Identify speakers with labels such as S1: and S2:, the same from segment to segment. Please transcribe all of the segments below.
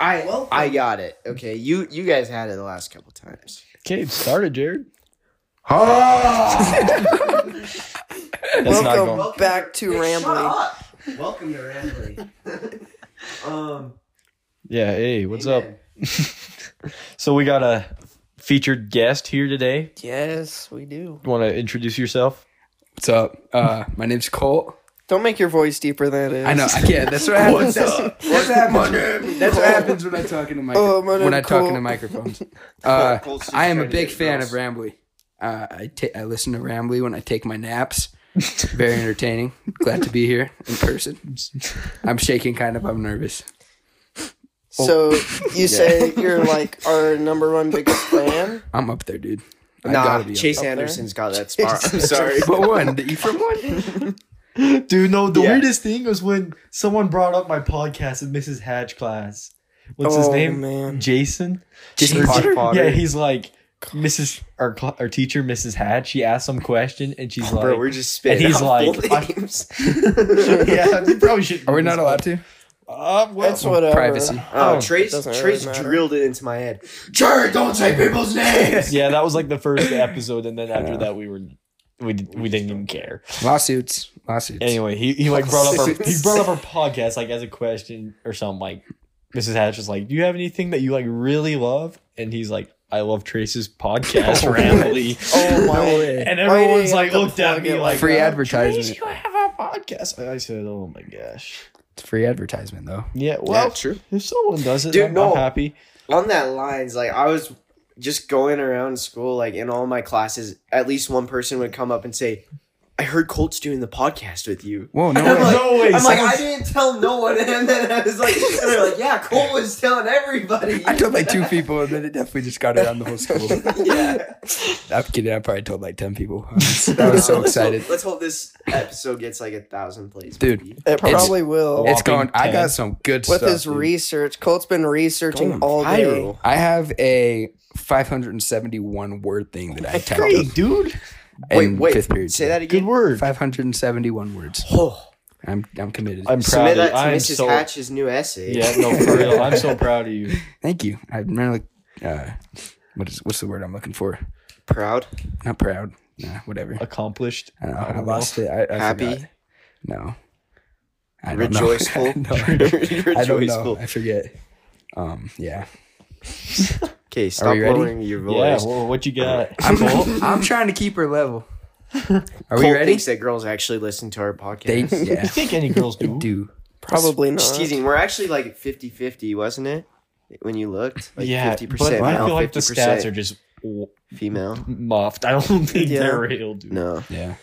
S1: I
S2: Well-
S1: I got it. Okay, you you guys had it the last couple times.
S3: Okay, started, Jared. That's not
S4: Welcome
S3: going.
S4: back to
S2: Hey, shut
S4: Rambling.
S2: up. Welcome to Rambling. um,
S3: Yeah. Hey, what's
S2: amen.
S3: up? so we got a featured guest here today.
S4: Yes, we do.
S3: Want to introduce yourself?
S5: What's up? Uh, my name's Colt.
S4: Don't make your voice deeper than it is.
S5: I know I can't. That's what happens. That's, that's what happens. That's what happens when I talk into mic-
S4: Oh, my name
S5: when I talk
S4: Colt.
S5: into microphones. Uh,
S1: Colt- Colt's just
S5: I am a
S1: trying to
S5: big
S1: get
S5: fan of
S1: girls.
S5: Rambly. Uh, I ta- I listen to Rambly when I take my naps. Very entertaining. Glad to be here in person. I'm shaking, kind of. I'm nervous.
S4: So
S5: Oh.
S4: you say you're like our number one biggest fan?
S5: I'm up there, dude. I
S1: nah,
S5: gotta be up
S1: Chase
S4: up there.
S1: Anderson's got that spot. I'm sorry.
S5: there. But one, you from one?
S3: Dude, no. The
S1: Yeah.
S3: weirdest thing was when someone brought up my podcast in Mrs. Hatch class. What's his
S4: Oh,
S3: name?
S4: man.
S3: Jason.
S5: Jason
S3: Or-
S1: Potter.
S3: Yeah, he's like Mrs. Our cl- our teacher, Mrs. Hatch. She asked some question, and she's like,
S1: Bro, we're just spitting.
S3: and he's
S1: out
S3: like,
S1: full
S3: I-
S1: names.
S3: "Yeah, we probably should."
S5: Are we not allowed to?
S3: Uh, well,
S4: That's whatever.
S5: Privacy.
S1: Oh,
S3: Oh,
S1: Trace,
S4: doesn't really
S1: Trace
S4: matter.
S1: drilled it into my head.
S5: Jared, don't say people's names.
S3: yeah, that was like the first episode, and then after
S5: Yeah.
S3: that, we were we did, we didn't even care.
S5: Lawsuits. Lawsuits.
S3: Anyway, he, he like brought up our, he
S4: Lawsuits.
S3: brought up our podcast like as a question or something. Like Mrs. Hatch was like, "Do you have anything that you like really love?" And he's like, "I love Trace's podcast, Rambly."
S4: Oh my!
S3: And
S4: Why do
S3: everyone's
S4: you
S3: like
S4: have to
S3: looked at
S4: plug
S3: me
S4: it
S3: like,
S5: Free
S3: "Uh,
S5: advertisement.
S3: Trace, you have a podcast? And I said, "Oh my gosh."
S5: It's free advertisement, though.
S3: Yeah, well,
S1: true.
S3: if someone does it,
S1: Dude,
S3: I'm, I'm
S1: no.
S3: happy.
S1: On that lines, like I was just going around school, like in all my classes, at least one person would come up and say, "I heard Colt's doing the podcast with you."
S5: Whoa, no
S1: I'm
S5: one.
S1: like-
S3: no way.
S1: I'm like, I
S3: someone's-
S1: didn't tell no one, and then I was like, and they're like, yeah, Colt was telling everybody.
S5: I told like two people, and then it definitely just got around the whole school.
S1: yeah.
S5: I'm kidding. I probably told like ten people. I was, I was so
S1: Let's hope-
S5: excited.
S1: Let's hope this episode gets like a thousand plays,
S5: Dude.
S1: maybe.
S4: It probably will.
S5: It's going.
S3: Whopping
S5: I
S3: 10.
S5: got some good
S4: With
S5: stuff.
S4: his
S5: dude.
S4: research, Colt's been researching
S1: Going
S4: all day.
S1: viral.
S5: I have a 571 word thing that I typed
S3: Great,
S5: up
S3: dude.
S1: Wait,
S5: in
S1: wait.
S5: fifth period.
S1: Say that
S3: Good
S1: again.
S3: word.
S5: 571 words.
S1: Oh,
S5: I'm I'm committed.
S3: I'm proud.
S1: submit
S3: Of,
S1: that to
S3: I'm
S1: Mrs.
S3: so
S1: Hatch's new essay.
S3: yeah, no, for real. I'm so proud of you.
S5: Thank you. I'm really. Uh, what is what's the word I'm looking for?
S1: Proud,
S5: Not proud. Nah, whatever.
S3: Accomplished.
S5: I, don't know.
S3: I
S5: I
S3: don't
S5: lost it. I, I
S1: happy,
S5: forgot. No. I don't know.
S1: rejoiceful,
S5: no, I don't know.
S1: rejoiceful.
S5: I forget. Um, yeah.
S1: Okay, stop
S5: you ready?
S1: lowering your
S3: Yeah.
S1: voice.
S3: Well, what you got?
S5: I'm, I'm trying to keep her level. Are we
S1: Colt
S5: ready?
S1: thinks that girls actually listen to our podcast.
S5: They,
S3: You
S5: yeah,
S3: think any girls
S5: they
S3: do?
S5: do.
S4: Probably not.
S1: Just teasing. We're actually like 50-50, wasn't it? When you looked, like
S3: yeah,
S1: fifty
S3: but
S1: percent male,
S3: I feel like the
S1: fifty
S3: stats are
S1: percent
S3: just w-
S1: female.
S3: muffed. I don't think
S4: Yeah.
S3: they're real, dude.
S1: No,
S5: Yeah.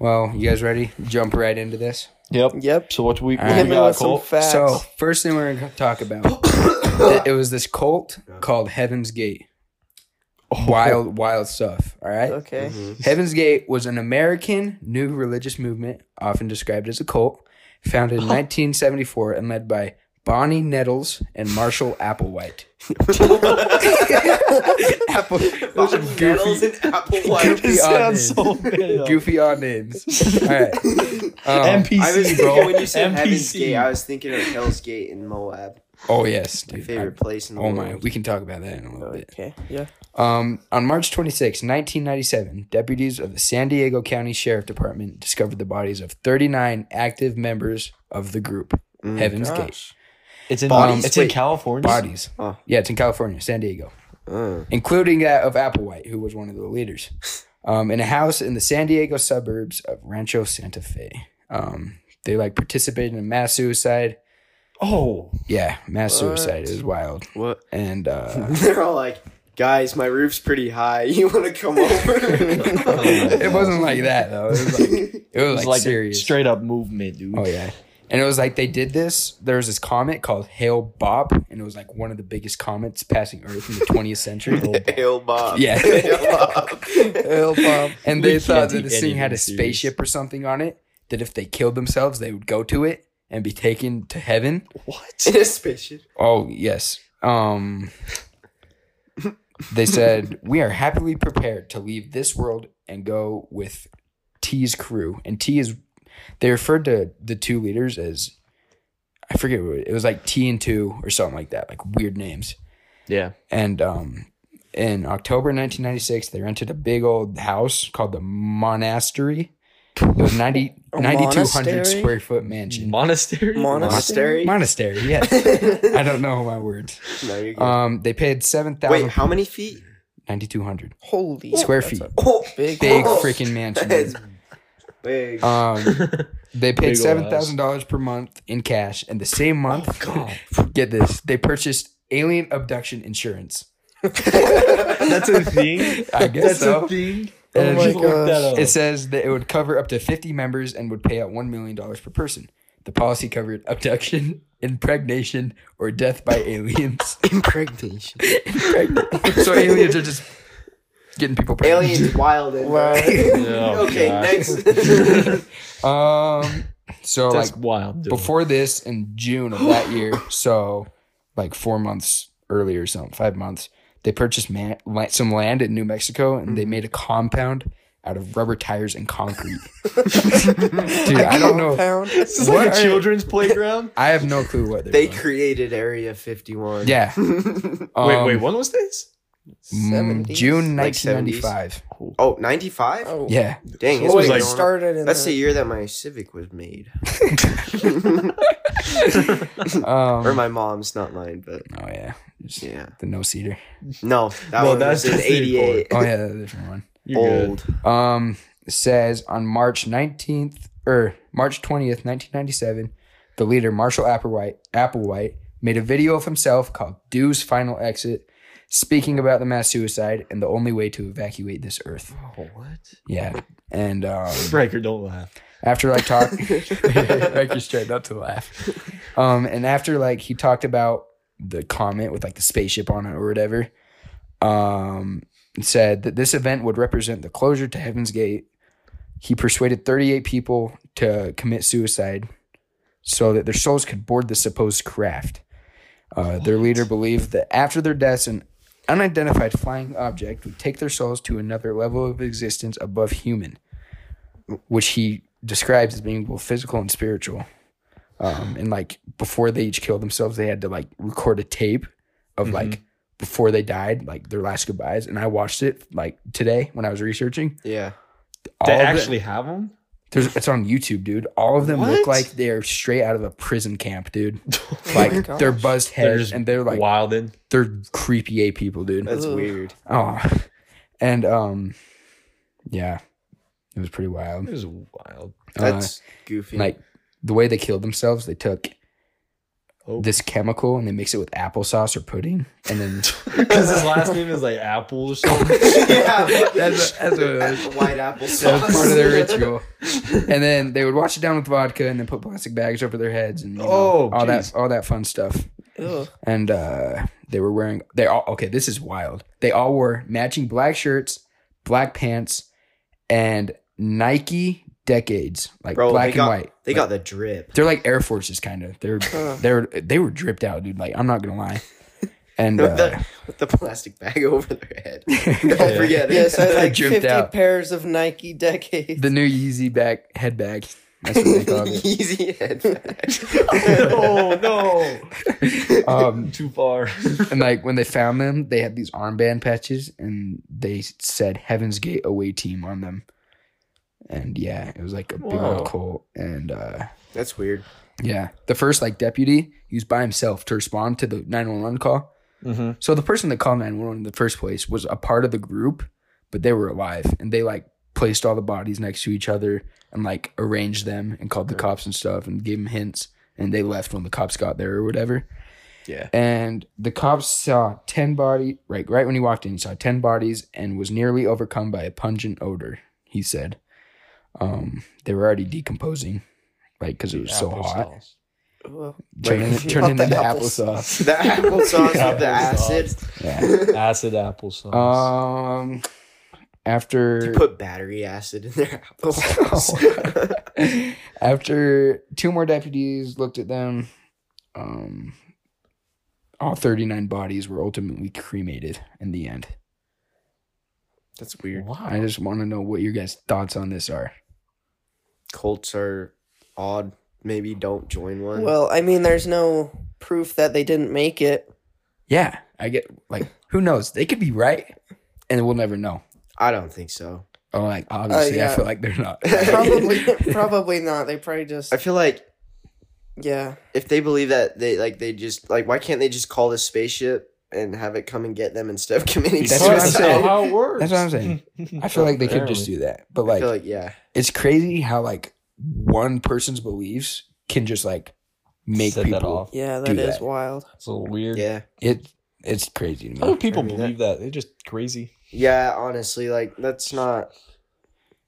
S5: Well, you guys ready? Jump right into this.
S3: Yep.
S4: Yep.
S3: So what we, what
S5: All
S3: we
S4: Hit me
S3: got,
S4: with some
S3: Colt?
S4: facts.
S5: So first thing we're gonna talk about, that it was this cult called Heaven's Gate.
S1: Oh.
S5: Wild, wild stuff. All right.
S4: okay.
S5: Heaven's Gate was an American new religious movement, often described as a cult, founded in 1974 and led by Bonnie Nettles and Marshall Applewhite. Apple, those are
S1: Bobby Nettles
S5: goofy,
S1: and Apple White.
S5: Goofy
S3: It sounds
S5: odd
S3: so bad.
S5: goofy odd names. All right. Um,
S3: NPC,
S1: I was thinking
S3: bro.
S1: when you said Heaven's
S3: NPC.
S1: Gate, I was thinking of Hell's Gate in Moab,
S5: oh yes,
S1: my
S5: dude.
S1: favorite place in the
S5: oh
S1: world.
S5: my, we can talk about that in a little bit.
S4: Okay. Yeah.
S1: Mm-hmm.
S5: Um, on March 26, 1997, deputies of the San Diego County Sheriff Department discovered the bodies of 39 active members of the group,
S1: Mm,
S5: Heaven's Gate.
S4: Gosh.
S3: It's in
S1: Bodies,
S3: it's in
S1: wait.
S3: California.
S5: Bodies.
S1: Oh.
S5: Yeah, it's in California, San Diego,
S1: Uh,
S5: including that of Applewhite, who was one of the leaders, um, in a house in the San Diego suburbs of Rancho Santa Fe. Um, they like participated in a mass suicide.
S3: Oh,
S5: Yeah, mass
S4: What?
S5: suicide is wild.
S1: what?
S5: And uh,
S1: They're all like, guys, my roof's pretty high. You want to come over?
S5: it wasn't like that though. It was like it was,
S3: it's
S5: like,
S3: like a
S5: serious.
S3: straight up movement, dude.
S5: Oh yeah. And it was like they did this. There was this comet called Hail Bob, and it was like one of the biggest comets passing Earth in the 20th century.
S1: Hail Bob.
S5: Yeah.
S1: Hail Bob.
S4: Hell, Bob.
S5: and
S3: We
S5: they
S3: can't
S5: thought that
S3: do
S5: this thing had a
S3: anything serious.
S5: spaceship or something on it. That if they killed themselves, they would go to it and be taken to heaven.
S3: What?
S1: In a spaceship.
S5: Oh yes. Um. They said we are happily prepared to leave this world and go with T's crew, and T is they referred to the two leaders as I forget what it, it was like T and two or something like that, like weird names.
S3: Yeah.
S5: And um, in October 1996, they rented a big old house called the Monastery. It was 90,
S4: A
S5: 9,200
S4: monastery?
S5: square foot mansion.
S3: Monastery.
S4: Monastery?
S5: Monastery, yes. I don't know my words.
S1: No, you're good.
S5: Um, they paid seven
S1: Wait,
S5: thousand
S1: how many feet?
S5: 9,200
S4: Holy
S5: square
S4: that's
S5: feet.
S4: a
S1: Oh,
S4: Big,
S5: Big
S1: Oh,
S5: freaking mansion.
S1: that's
S5: dude.
S1: big.
S5: Um, they
S3: Big
S5: paid
S3: ol'
S5: seven thousand dollars per month in cash, and the same month,
S3: God.
S5: get this, they purchased alien abduction insurance.
S3: That's a thing.
S5: I guess
S3: That's
S5: so.
S3: a thing.
S5: Oh my
S3: Just look that
S4: gosh.
S3: up.
S5: It says that it would cover up to 50 members and would pay out $1 million per person. The policy covered abduction, impregnation, or death by aliens.
S4: impregnation.
S5: so aliens are just getting people pregnant.
S1: Aliens wild and
S4: Wow.
S3: Oh,
S1: okay,
S3: God.
S1: next.
S5: Um, so,
S3: That's
S5: like,
S3: wild. Dude.
S5: before this in June of that year, so like four months earlier or something, five months, they purchased man- la- some land in New Mexico and
S1: Mm.
S5: they made a compound out of rubber tires and concrete. Dude, I don't know.
S4: Pound.
S3: this is like
S5: What
S3: a
S5: are-
S3: children's playground.
S5: I have no clue what they're
S1: they
S5: doing.
S1: created Area 51.
S5: Yeah.
S3: wait,
S5: Um,
S3: wait. When was this?
S5: mm,
S4: 70s?
S5: June
S1: Like
S5: 1995.
S1: Oh, 95?
S4: Oh,
S5: yeah.
S1: Dang, it's
S4: Boy,
S3: was
S1: been
S3: like-
S4: it
S1: going on.
S4: started in
S1: That's
S4: the,
S1: the year that my Civic was made.
S5: Um,
S1: or my mom's, not mine, but
S5: oh, yeah. Just
S1: yeah.
S5: The no seater.
S1: No, that
S3: Well,
S1: one
S3: that's
S1: was in
S3: just the
S1: 88.
S5: Oh, yeah. That's a different one.
S3: You're good.
S1: Old.
S5: Um, says on March 19th or March 20th, 1997, the leader Marshall Applewhite, Applewhite made a video of himself called Dew's Final Exit, speaking about the mass suicide and the only way to evacuate this earth.
S3: Oh, what?
S5: Yeah. And um,
S3: Breaker, don't laugh.
S5: after like talk like you're straight not to laugh um and after like he talked about the comet with like the spaceship on it or whatever um said that this event would represent the closure to heaven's gate he persuaded 38 people to commit suicide so that their souls could board the supposed craft uh, their leader believed that after their deaths an unidentified flying object would take their souls to another level of existence above human which he describes as being both physical and spiritual. Um, and like before they each killed themselves, they had to like record a tape of
S3: Mm-hmm.
S5: like before they died, like their last goodbyes. And I watched it like today when I was researching.
S1: Yeah.
S5: All
S3: They
S5: of it-
S3: actually have them.
S5: there's, it's on YouTube, dude. All of them look
S3: What?
S5: like they're straight out of a prison camp, dude.
S4: Oh my
S5: Like
S4: gosh.
S5: they're buzzed
S3: They're
S5: heads
S3: just
S5: and they're like
S3: Wildin.
S5: they're creepy a people, dude.
S1: That's
S4: Ugh.
S1: weird.
S5: Oh, and um, yeah, it was pretty wild.
S3: It was wild.
S5: Uh,
S1: That's goofy.
S5: like the way they killed themselves they took
S3: Oh.
S5: this chemical and they mix it with applesauce or pudding and then
S3: Because his last name is like Apple or something.
S1: yeah.
S5: that's, a, that's, a,
S1: That's white apple
S5: that was
S1: sauce.
S5: part of their ritual and then they would wash it down with vodka and then put plastic bags over their heads and you know,
S3: Oh,
S5: all
S3: geez.
S5: that all that fun stuff
S4: Ugh.
S5: and uh they were wearing they all okay this is wild they all wore matching black shirts black pants and nike decades like
S1: Bro,
S5: black
S1: they got,
S5: and white
S1: They got the drip.
S5: they're like air forces kind of they're
S4: Ugh.
S5: they're they were dripped out dude like i'm not gonna lie and
S1: With,
S5: uh,
S1: the, with the plastic bag over their head. Don't forget it.
S4: Yes, I had like
S5: Dripped
S4: 50
S5: out.
S4: pairs of Nike decades.
S5: the new yeezy bag head bag that's what they called it
S1: Easy head.
S3: no, Oh, no.
S5: um
S3: Too far.
S5: and like when they found them they had these armband patches and they said heaven's gate away team on them and yeah it was like a big
S3: Whoa.
S5: old cult and uh
S1: That's weird.
S5: yeah the first like deputy he was by himself to respond to the 911 call
S3: Mm-hmm.
S5: So the person that called 911 in the first place was a part of the group, but they were alive and they like placed all the bodies next to each other and like arranged them and called the cops and stuff and gave them hints and they left when the cops got there or whatever.
S3: Yeah.
S5: And the cops saw 10 body right right when he walked in he saw 10 bodies and was nearly overcome by a pungent odor, he said. Um they were already decomposing like cuz it was so hot.
S4: Ugh.
S5: Turning,
S4: Wait,
S5: turning
S4: not
S5: into
S4: the
S5: applesauce.
S1: The applesauce with the acid.
S3: Applesauce.
S5: Yeah.
S3: Acid apple sauce.
S5: Um after
S1: You put battery acid in their
S5: Oh.
S1: applesauce.
S5: After two more deputies looked at them, um, all 39 bodies were ultimately cremated in the end.
S1: That's weird.
S5: I just want to know what your guys' thoughts on this are.
S1: Colts are odd. maybe don't join one.
S4: Well, I mean, there's no proof that they didn't make it.
S5: Yeah, I get like who knows? They could be right, and we'll never know.
S1: I don't think so.
S5: Oh, like obviously, I
S4: yeah.
S5: feel like they're not.
S4: Probably, probably not. They probably just
S1: I feel like
S4: yeah.
S1: if they believe that they like they just like why can't they just call this spaceship and have it come and get them instead of committing
S5: That's
S1: suicide?
S5: what I'm saying.
S3: how it works. Mm-hmm.
S5: That's what I'm saying. I feel like they could just do that, but
S1: I
S5: like,
S1: feel like yeah,
S5: it's crazy how like one person's beliefs can just like make
S3: Set that
S5: people.
S3: off.
S4: Yeah,
S5: Do
S4: that is
S5: that.
S4: wild.
S3: It's a little weird.
S1: yeah,
S5: It it's crazy to me.
S3: How do people
S1: Remember
S3: believe that? They're just crazy.
S1: yeah. Honestly, like that's not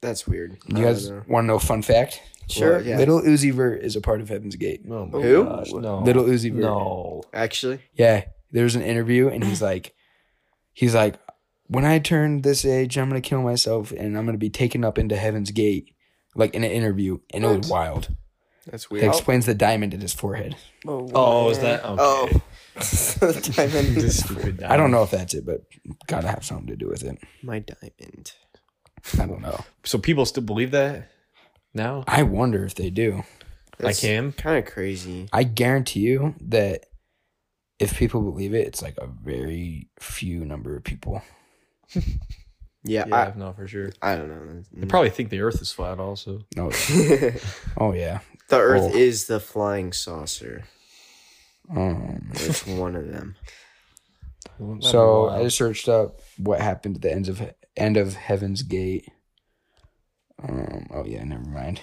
S1: that's weird. I
S5: you
S1: don't
S5: guys
S1: know.
S5: want to know a fun fact?
S4: Sure.
S1: Well, yeah.
S5: Little Uzi Vert is a part of Heaven's Gate.
S3: Oh my
S1: Who?
S3: gosh, no.
S5: Little Uzi Vert.
S3: No.
S1: Actually,
S5: Yeah, there was an interview, and he's like, he's like, when I turn this age, I'm gonna kill myself, and I'm gonna be taken up into Heaven's Gate, like in an interview, and it was wild.
S1: that's
S5: It
S1: weird.
S5: explains the diamond in his forehead.
S4: Oh,
S3: Oh, is
S4: wow.
S3: that? Okay.
S1: Oh,
S4: The diamond.
S3: This stupid
S5: I don't know if that's it, but gotta have something to do with it.
S1: my diamond.
S5: I don't know.
S3: So people still believe that now?
S5: I wonder if they do.
S3: like him?
S1: Kind of crazy.
S5: I guarantee you that if people believe it, it's like a very few number of people.
S1: Yeah,
S3: Yeah, no, for sure.
S1: I I don't know.
S3: They probably think the Earth is flat. Also,
S5: No,
S1: the
S5: oh yeah.
S1: Earth
S5: Oh.
S1: is the flying saucer.
S5: Um,
S1: It's one of them.
S3: That'd be
S5: so I
S3: wild.
S5: just searched up what happened at the end of end of Heaven's Gate. Um, oh yeah, never mind.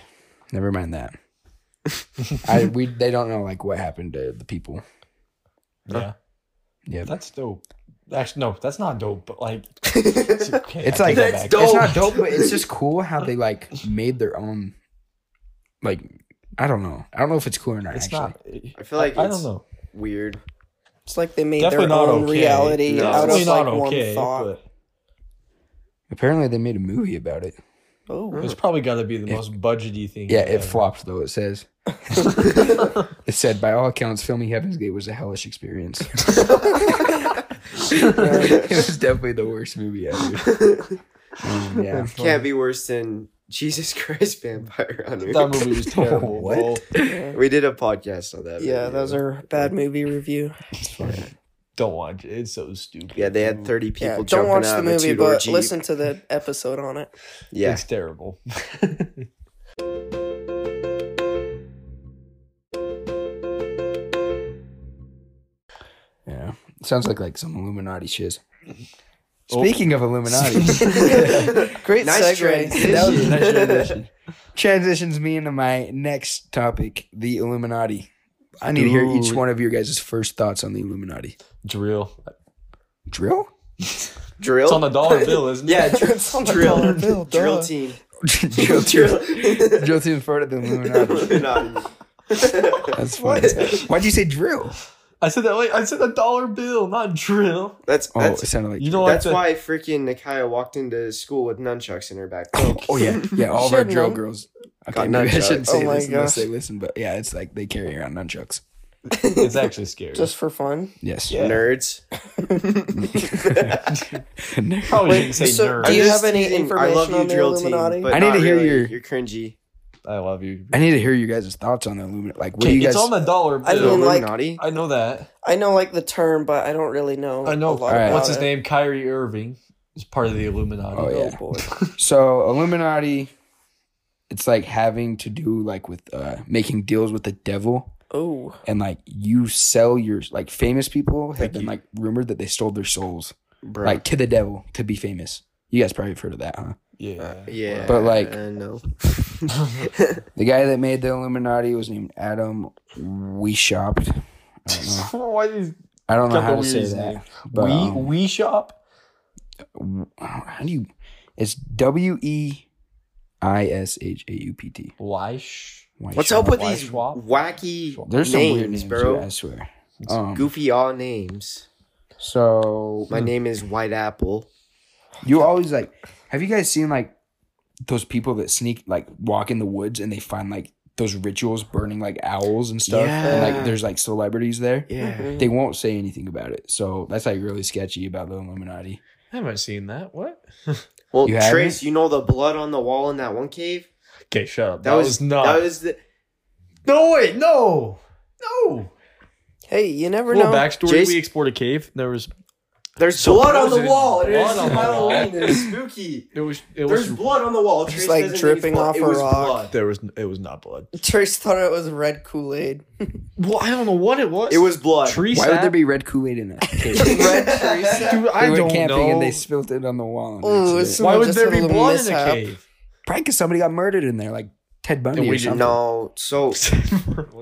S5: Never mind that. I we they don't know like what happened to the people.
S3: yeah,
S5: Yeah,
S3: that's dope. Actually, no, that's not dope. But like, it's, okay,
S5: it's
S3: I
S5: like
S3: take that back.
S5: it's not dope, but it's just cool how they like made their own. Like I don't know. I don't know if it's cool or not.
S3: It's
S5: actually.
S3: not.
S1: I feel like
S3: I,
S1: it's
S3: don't know.
S1: Weird.
S4: It's like they made
S3: Definitely
S4: their
S3: not
S4: own
S3: okay.
S4: reality
S1: No,
S4: out of
S1: definitely
S4: like
S3: not
S4: one
S3: okay,
S4: thought.
S3: but
S5: Apparently, they made a movie about it.
S4: Oh,
S3: it's probably got to be the
S5: It-
S3: most budgety thing.
S5: Yeah, it
S3: ever.
S5: flopped though. It says it said by all accounts, filming Heaven's Gate was a hellish experience. it was definitely the worst movie ever. Um, yeah,
S1: Can't be worse than Jesus Christ Vampire Hunter.
S3: That movie was terrible.
S5: What?
S3: bro.
S4: yeah.
S1: We did a podcast on that.
S4: yeah,
S1: video.
S4: those are bad movie review.
S5: it's fine.
S3: Don't watch it. It's so stupid.
S1: Yeah, they had
S3: dude.
S1: thirty people.
S4: Yeah, don't
S1: jumping
S4: watch
S1: out
S4: the
S1: of a
S4: movie,
S1: two-door
S4: but
S1: Jeep.
S4: listen to the episode on it.
S1: Yeah,
S3: It's terrible.
S5: Yeah, sounds like like some Illuminati shiz.
S3: Oh.
S5: Speaking of Illuminati,
S4: Great
S1: Nice
S4: segue.
S1: transition.
S5: that was a nice transition. Transitions me into my next topic: the Illuminati. I need to hear each
S3: Dude.
S5: one of your guys' first thoughts on the Illuminati.
S3: Drill.
S5: Drill?
S1: drill.
S3: It's on the dollar bill, isn't it?
S1: yeah, dr-
S4: It's on the dollar
S1: drill.
S4: bill,
S1: drill
S4: duh.
S1: team.
S5: Drill team. Drill team front of the Illuminati.
S1: Illuminati.
S5: That's funny. Why'd you say drill?
S3: I said that. Wait, I said the dollar bill, not drill.
S1: That's
S5: Oh, it
S1: that's
S5: sounded like.
S3: You know
S1: that's
S3: what?
S1: why freaking Nikaya walked into school with nunchucks in her back.
S5: oh yeah, yeah. All of our
S4: Shouldn't
S5: drill
S4: know.
S5: girls. Okay,
S1: Got
S5: maybe I
S1: nunchucks.
S5: shouldn't say
S4: Oh my
S5: this unless
S4: gosh.
S5: they listen, but yeah, it's like they carry around nunchucks.
S3: it's actually scary.
S4: Just for fun.
S5: Yes.
S3: Yeah.
S1: Nerds.
S3: probably
S4: Wait,
S3: didn't say
S4: so
S3: nerd.
S4: do
S1: I'm
S4: you
S1: just
S4: have any
S1: teasing.
S4: information on the Illuminati?
S1: but
S5: I need
S1: not
S5: to hear
S1: really.
S5: your-
S1: You're cringy.
S3: I love you.
S5: I need to hear you guys' thoughts on the Illuminati. Like, what do you guys?
S3: it's on the dollar
S4: I
S3: bill. I,
S4: mean, like-
S1: Illuminati.
S3: know that.
S4: I know like the term, but I don't really know.
S3: I know.
S4: A lot
S5: Alright.
S4: about
S3: What's his
S4: it.
S3: name? Kyrie Irving is part of the Illuminati.
S5: Oh,
S4: Oh
S5: Yeah.
S4: boy.
S5: so Illuminati, it's like having to do like with uh making deals with the devil,
S4: Oh,
S5: and like you sell your like famous people have
S3: Thank
S5: been
S3: you.
S5: like rumored that they sold their souls
S1: Bro.
S5: like to the devil to be famous. You guys probably have heard of that, huh?
S3: Yeah.
S1: Uh, yeah.
S5: But, like-
S1: uh, no.
S5: The guy that made the Illuminati was named Adam Weishaupt. I don't know.
S3: Why these
S5: I don't know
S3: couple
S5: how to
S3: weird
S5: say
S3: names?
S5: that. But,
S3: We
S5: um,
S3: we shop.
S5: w- How do you? It's W E I S H A U P T.
S3: Why? Sh-
S1: What's up with
S3: Why
S1: these
S3: swap?
S1: wacky
S5: There's some weird
S1: names,
S5: names,
S1: bro?
S5: dude, I swear. Um,
S1: goofy all names?
S5: So
S1: My name is White Apple.
S5: you always like. Have you guys seen like those people that sneak like walk in the woods and they find like those rituals burning like owls and stuff? And
S1: Yeah.
S5: like there's like celebrities there.
S1: Yeah.
S4: Mm-hmm.
S5: They won't say anything about it. So that's like really sketchy about the Illuminati.
S3: I haven't seen that. What?
S1: Well,
S5: You have
S1: Trace, you know the blood on the wall in that one cave?
S3: Okay, shut up.
S1: That, was,
S3: not.
S1: That was the.
S3: No, wait, no. No.
S4: Hey, you never
S3: Little
S4: know.
S3: backstory
S1: Jason-
S3: we explored a cave. There was
S1: There's
S3: So
S1: blood on
S3: frozen.
S1: the wall. It
S3: Blood
S1: is
S3: on the
S1: Halloween.
S3: wall.
S1: It is spooky.
S3: it was it
S1: There's
S3: was
S1: blood on the wall.
S4: Just,
S1: Trace
S4: like,
S1: doesn't think
S4: dripping
S1: it's blood.
S4: off
S1: It
S4: a
S1: was
S4: rock.
S1: blood.
S3: there was it was not blood.
S4: Trace thought it was red Kool Aid.
S3: Well, I don't know what it was. uh,
S1: It was blood.
S3: tree
S5: Why
S3: sap?
S5: would there be red Kool Aid in that? Cave?
S4: red tree sap.
S3: Dude, I
S5: they went
S3: don't
S5: camping
S3: know.
S5: and they spilt it on the wall.
S4: Ooh,
S5: Ooh,
S4: it's-
S5: it's
S3: Why would
S4: Just
S3: there
S4: a
S3: be
S4: little
S3: blood
S4: mishap.
S3: in a cave?
S5: probably because somebody got murdered in there, like Ted Bundy.
S3: And
S5: Or
S3: we
S5: we
S3: didn't
S1: No, so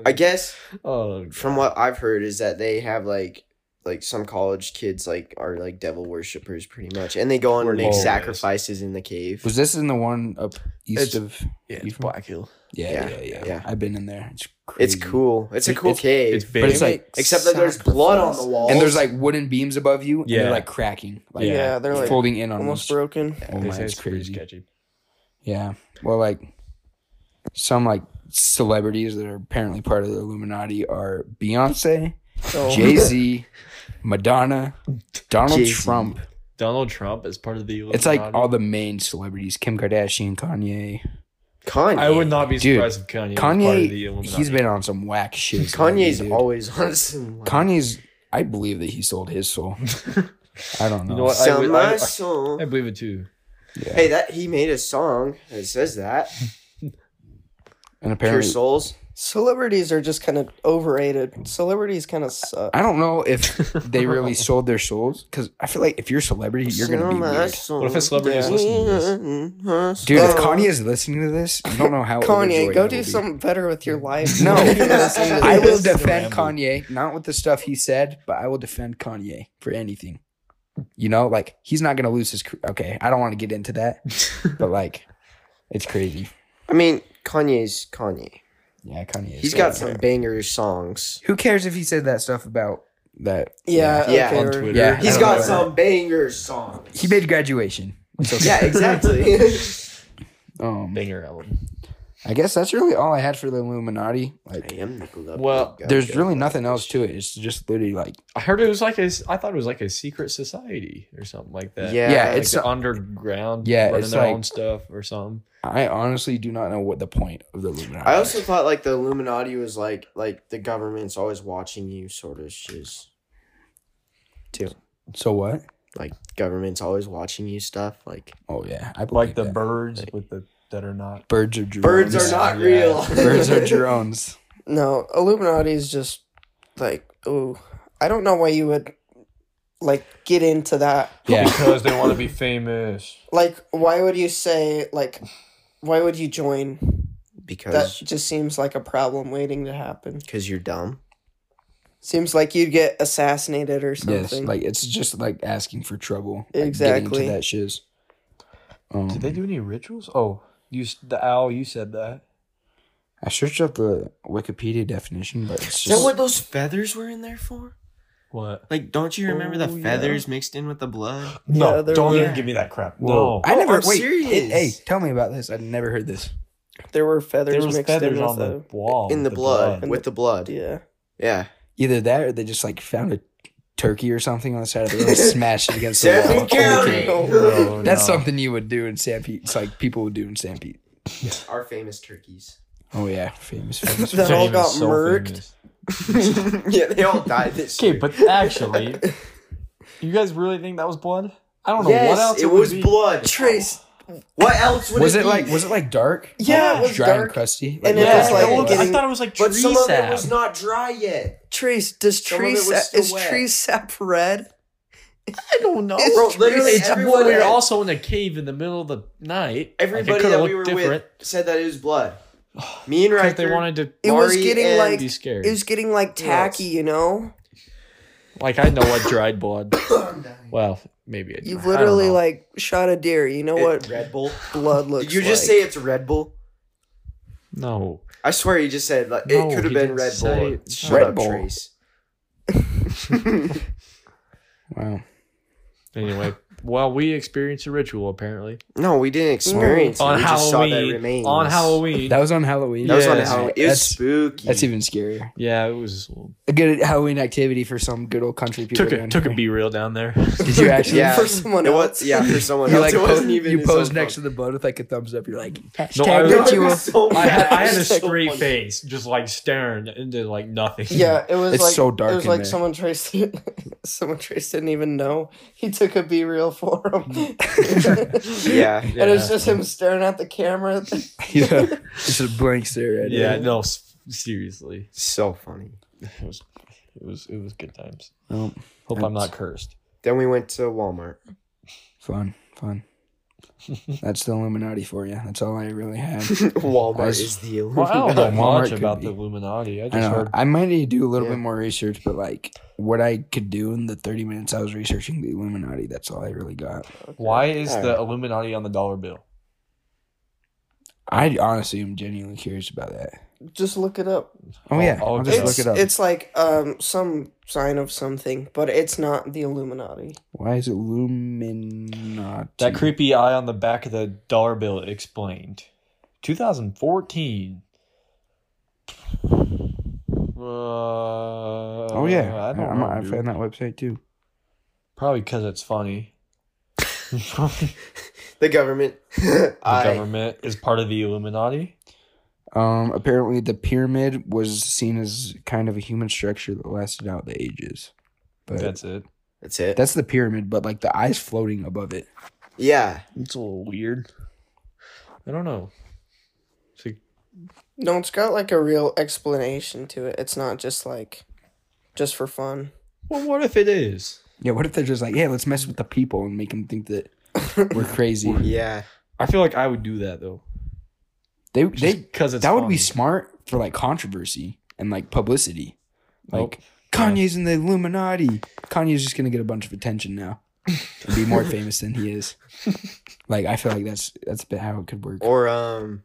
S1: I guess
S3: Oh,
S1: from what I've heard is that they have like like some college kids like are like devil worshippers pretty much, and they go and
S3: Were
S1: make
S3: always.
S1: sacrifices in the cave.
S5: Was this in the one up
S3: It's-
S5: east of?
S3: yeah,
S5: it's
S3: it's Black Hill.
S5: Yeah, yeah, yeah.
S1: yeah.
S5: I've been in there. It's
S1: It's
S5: crazy.
S1: cool. It's a
S5: It-
S1: cool
S5: it's-
S1: cave.
S3: It's big.
S5: But it's like
S1: Except that there's blood on the wall.
S5: and there's like wooden beams above you, and
S3: Yeah.
S5: they're like cracking, like
S4: Yeah,
S3: Yeah.
S4: they're like
S5: folding in on
S4: almost
S5: almost.
S4: broken.
S5: Oh
S3: They
S5: my,
S3: say
S5: it's
S3: pretty
S5: crazy.
S3: sketchy.
S5: Yeah. Well, like some like celebrities that are apparently part of the Illuminati are Beyonce,
S4: Oh.
S5: Jay Z, Madonna, Donald
S1: Jay-Z.
S5: Trump.
S3: Donald Trump is part of the.
S5: It's like
S3: Illuminati.
S5: all the main celebrities: Kim Kardashian, Kanye.
S1: Kanye.
S3: I would not be
S5: Dude,
S3: surprised if Kanye. was part of the
S5: Kanye,
S3: Illuminati.
S5: he's been on some whack shit.
S1: Kanye's
S5: lately, dude.
S1: always on some.
S5: Kanye's. I believe that he sold his soul. I don't know.
S3: You know what? I
S1: Sell
S3: would-
S1: my
S3: I- I-
S1: soul.
S3: I believe it too.
S1: Hey, that he made a song that says that.
S5: And
S1: Pure
S5: apparently,
S1: souls.
S4: Celebrities are just kind of overrated. Celebrities kind of suck.
S5: I don't know if they really sold their souls because I feel like if you're a celebrity, you're gonna be weird.
S3: What if a celebrity is listening to
S1: this?
S3: this?
S5: Dude, if
S4: Oh.
S5: Kanye is listening to this, you don't know how
S4: Kanye,
S5: overjoyed I
S4: go
S5: will
S4: do
S5: be.
S4: something better with your life.
S5: No.
S4: If you're listening to
S5: I will
S4: this.
S3: ramble.
S5: defend Kanye, not with the stuff he said, but I will defend Kanye for anything. You know, like he's not gonna lose his. cr- Okay, I don't want to get into that, but like, it's crazy.
S1: I mean, Kanye's Kanye.
S5: Yeah, Kanye. Is
S1: He's got some banger songs.
S5: Who cares if he said that stuff about that?
S4: Yeah,
S1: Yeah.
S4: okay,
S1: On
S4: we're-
S3: Twitter.
S5: Yeah,
S1: He's
S5: I don't
S1: got
S5: know.
S1: some banger songs.
S5: He made graduation. It's okay.
S1: Yeah, exactly.
S5: Um,
S3: Banger album.
S5: I guess that's really all I had for the Illuminati. Like,
S1: am the glove.
S3: Well,
S5: there's really nothing else to it. It's just literally like,
S3: I heard it was like a. s- I thought it was like a secret society or something like that.
S1: Yeah,
S5: yeah,
S3: Like
S5: it's
S3: the underground.
S5: Yeah,
S3: running
S5: it's
S3: their
S5: like-
S3: own stuff or something.
S5: I honestly do not know what the point of the Illuminati.
S1: I also thought like the Illuminati was like like the government's always watching you, sort of shiz.
S5: is. so what?
S1: Like government's always watching you stuff. Like
S5: Oh yeah, I
S3: Like
S5: believe
S3: the
S5: that.
S3: birds with the that are not.
S5: birds are drones.
S1: birds are not
S3: Yeah.
S1: real.
S5: birds are drones.
S4: No, Illuminati is just like, oh, I don't know why you would like get into that.
S5: Yeah,
S3: Because they want to be famous.
S4: Like, why would you say like, why would you join? That
S1: because
S4: just seems like a problem waiting to happen.
S1: because you're dumb.
S4: Seems like you'd get assassinated or
S5: yes.
S4: something.
S5: Like it's just like asking for trouble. like, getting
S4: Exactly.
S5: into that shiz. Um,
S3: Did they do any rituals? Oh, you s- the owl. You said that.
S5: I searched up the Wikipedia definition, but it's
S1: Is that
S5: just
S1: what those feathers were in there for?
S3: What?
S1: Like, don't you remember
S4: Oh,
S1: the
S4: yeah.
S1: feathers mixed in with the blood?
S4: Yeah,
S3: No,
S4: they're
S3: don't even
S4: weird.
S3: give me that crap.
S5: Whoa.
S3: No,
S5: I
S1: Oh,
S5: never
S1: I'm
S5: wait.
S1: serious.
S5: Hey, hey, tell me about this. I'd never heard this.
S4: there were feathers
S3: there was
S4: mixed
S3: feathers
S4: in
S3: on
S4: with
S3: the
S4: the,
S3: wall
S1: in the,
S3: with
S1: blood,
S4: blood.
S1: with the blood. Yeah.
S4: yeah.
S5: Either that, or they just like found a turkey or something on the side of the road, and smashed it against the
S1: San
S5: wall.
S1: Pete County.
S3: No,
S5: That's
S3: no.
S5: something you would do in San Pete. It's like people would do in San Pete.
S1: Our famous turkeys.
S5: Oh yeah, famous, famous.
S4: That all got
S3: so
S4: murked.
S3: famous.
S1: yeah, they all died this
S3: Okay,
S1: year.
S3: but actually, you guys really think that was blood? I don't know what else
S1: Yes,
S3: it,
S1: it
S3: would
S1: was
S3: be.
S1: blood.
S4: Trace.
S1: What else would
S5: was
S1: it,
S5: it
S1: be?
S5: like? Was it like dark?
S4: Yeah, it was
S5: dry and
S4: dark.
S5: crusty.
S4: And it
S5: what
S3: Yeah,
S5: was
S4: was, like,
S3: I
S5: was-
S4: getting-
S3: thought it was like
S1: but
S3: tree
S1: some of
S3: sap.
S1: it was not dry yet.
S4: Trace, does
S1: Some of
S4: tree
S1: it was
S4: sap
S1: still
S4: is
S1: wet.
S4: tree sap red?
S3: I don't know.
S4: It's
S1: Bro,
S4: tree
S1: literally
S4: sap
S1: everyone-
S3: we
S4: red.
S3: were also in a cave in the middle of the night. Like, it
S1: Everybody
S3: could've
S1: that we were
S3: looked different
S1: with said that it was blood. Me and
S3: because
S1: Riker.
S3: they wanted to
S4: It was
S1: Mari
S4: getting
S1: and
S4: like
S3: be scared.
S4: it was getting like tacky, you know.
S3: like I know what dried blood. well, maybe it,
S4: You've
S3: I don't
S4: literally
S3: know.
S4: like shot a deer. You know
S1: it-
S4: what
S1: Red Bull.
S4: blood looks.
S1: Did you just
S4: like.
S1: say it's Red Bull?
S3: no.
S1: I swear you just said like,
S3: No,
S1: it could have
S3: he
S1: been
S3: didn't
S1: Red
S3: say
S1: Bull.
S3: it.
S1: Shut
S5: Red
S1: up,
S5: Bull.
S1: Trace.
S5: Wow.
S3: Anyway, well, we experienced a ritual apparently
S1: No, we didn't experience it.
S3: on
S1: we just saw that
S3: Halloween.
S1: remains.
S3: On Halloween,
S5: That was on Halloween.
S1: That was on
S3: Yeah.
S1: Halloween. It was
S5: That's-
S1: spooky.
S5: That's even scarier.
S3: yeah, it was
S5: A good Halloween activity for some good old country people.
S3: took a
S5: down
S3: took a
S5: here.
S3: B reel down there.
S5: Did you actually?
S1: Yeah.
S4: for someone
S1: It
S4: else.
S1: was yeah for someone
S5: You
S1: else.
S5: like
S1: it
S5: pose,
S1: wasn't even
S5: you
S1: his
S5: pose
S1: own
S5: next to
S1: fault.
S5: the boat with like a thumbs up. You're like
S3: No,
S5: hashtag
S3: I was-
S5: ritual.
S1: so
S3: I had, I had a
S4: It's like-
S3: straight face, just like staring into like nothing.
S4: Yeah, it was
S5: It's
S4: like
S5: so dark
S4: It was
S5: in
S4: like
S5: there.
S4: someone Trace, someone Trace didn't even know he took a B reel for him,
S1: Yeah.
S4: and it was just him staring at the camera.
S5: yeah, it's a blank stare. At
S3: yeah,
S5: It.
S3: no, s- seriously,
S1: So funny.
S3: it was, it was, it was good times.
S5: Well,
S3: Hope I'm not cursed.
S1: Then we went to Walmart.
S5: fun, fun. That's the Illuminati for you. That's all I really have.
S1: Walmart
S5: Nice.
S1: is the
S3: Well, I don't know
S5: Walmart
S3: much
S5: could
S3: about
S5: be.
S3: the Illuminati. I just
S5: I know.
S3: heard.
S5: I might need to do a little
S1: Yeah.
S5: bit more research, but like what I could do in the 30 minutes I was researching the Illuminati, that's all I really got.
S3: Why is
S1: All
S3: the
S1: right.
S3: Illuminati on the dollar bill?
S5: I honestly am genuinely curious about that.
S4: Just look it up.
S5: Oh,
S3: I'll-
S5: yeah.
S3: I'll
S5: I'll just
S4: It's,
S5: look it up.
S4: it's like um some sign of something, but it's not the Illuminati.
S5: Why is it Illuminati?
S3: That creepy eye on the back of the dollar bill explained. 2014. Uh,
S5: Oh, yeah.
S3: I
S5: I
S3: don't
S5: am
S3: know.
S5: I
S3: dude.
S5: found that website too.
S3: Probably because it's funny. the
S1: The government. I,
S3: government is part of the Illuminati.
S5: Um, apparently, the pyramid was seen as kind of a human structure that lasted out the ages. But that's,
S3: That's it.
S1: That's it.
S5: the pyramid, but like the eyes floating above it.
S1: yeah.
S3: It's a little weird. I don't know. It's like,
S4: No, it's got like a real explanation to it. It's not just like just for fun.
S3: well, what if it is?
S5: Yeah, what if they're just like, yeah, let's mess with the people and make them think that we're crazy?
S1: Yeah.
S3: I feel like I would do that though.
S5: They they
S3: because it's
S5: that would
S3: funny.
S5: be smart for like controversy and like publicity.
S3: Nope.
S5: Like Kanye's in the Illuminati. Kanye's just gonna get a bunch of attention now. And be more famous than he is. Like I feel like that's that's a bit how it could work.
S1: Or um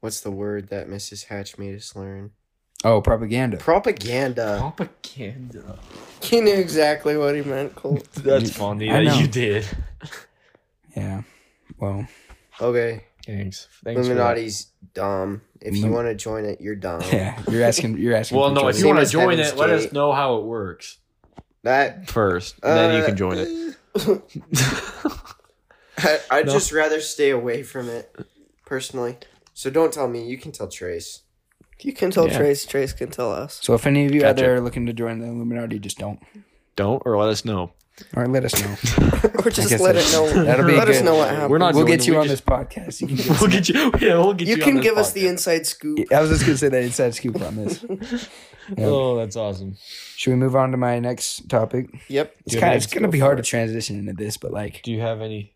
S1: what's the word that Mrs. Hatch made us learn?
S5: Oh, propaganda.
S1: Propaganda.
S3: propaganda.
S4: He knew exactly what he meant. Cool.
S3: That's
S5: You-
S3: funny
S5: I
S3: that
S5: know.
S3: you did.
S5: Yeah. Well,
S1: Okay.
S3: Thanks. Thanks. for that.
S1: Illuminati's dumb. If you
S5: Illum-
S1: want to join it, you're dumb.
S5: yeah. You're asking. You're asking.
S3: Well,
S5: for
S3: no,
S5: trouble.
S3: if you
S1: Same
S3: want to
S1: as
S3: join
S1: Heaven's
S3: it, let us
S1: Gate.
S3: know how it works
S1: That
S3: first. and then you
S1: uh,
S3: can join it.
S1: I, I'd
S3: No.
S1: just rather stay away from it, personally. So don't tell me. You can tell Trace.
S4: You can tell
S3: Yeah.
S4: Trace. Trace can tell us.
S5: So if any of you out
S3: Gotcha.
S5: there are looking to join the Illuminati, just don't.
S3: Don't or let us know.
S5: All right, let us know.
S4: Or just
S5: guess
S4: let it
S5: that's-
S4: know.
S5: that'll be
S4: let us
S5: good.
S4: know what happened.
S3: We're not.
S5: we'll
S3: doing
S5: get
S3: it.
S5: you
S3: We
S5: on
S3: just-
S5: this podcast. You can give us-
S3: We'll get you. Yeah, we'll get you.
S4: You
S3: on
S4: can
S3: this
S4: give us the
S3: podcast.
S4: inside scoop.
S5: I was just gonna say that inside scoop on this. Yeah.
S3: Oh, that's awesome.
S5: Should we move on to my next topic?
S4: Yep.
S5: It's
S3: Yeah,
S5: kind of
S3: let's
S5: it's gonna be hard to transition into this, but like
S3: Do you have any?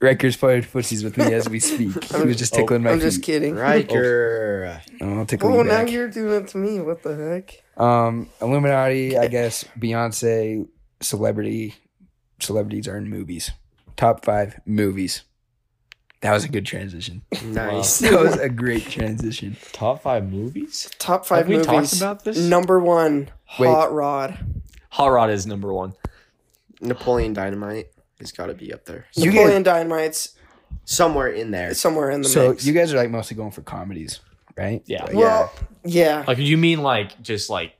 S5: Riker's playing pussies with me as we speak. He was just tickling my
S4: I'm just
S5: feet.
S4: kidding.
S1: Riker.
S5: Oh, I'll tickle
S4: Oh,
S5: you
S4: now
S5: back.
S4: you're doing it to me. What the heck?
S5: Um, Illuminati, I guess Beyonce, celebrity, celebrities are in movies. Top five movies. That was a good transition.
S4: Oh.
S1: Nice.
S5: That was a great transition.
S3: Top five movies?
S4: Top five
S3: have we
S4: movies.
S3: talked about this?
S4: Number one,
S5: Wait.
S4: Hot Rod.
S3: Hot Rod is number one.
S1: Napoleon Dynamite has got to be up there.
S5: You get-
S4: Napoleon Dynamite's
S1: Somewhere in there.
S4: somewhere in the
S5: So
S4: mix.
S5: you guys are like mostly going for comedies, right?
S3: Yeah.
S5: Like,
S4: well, yeah.
S3: Like you mean like just like,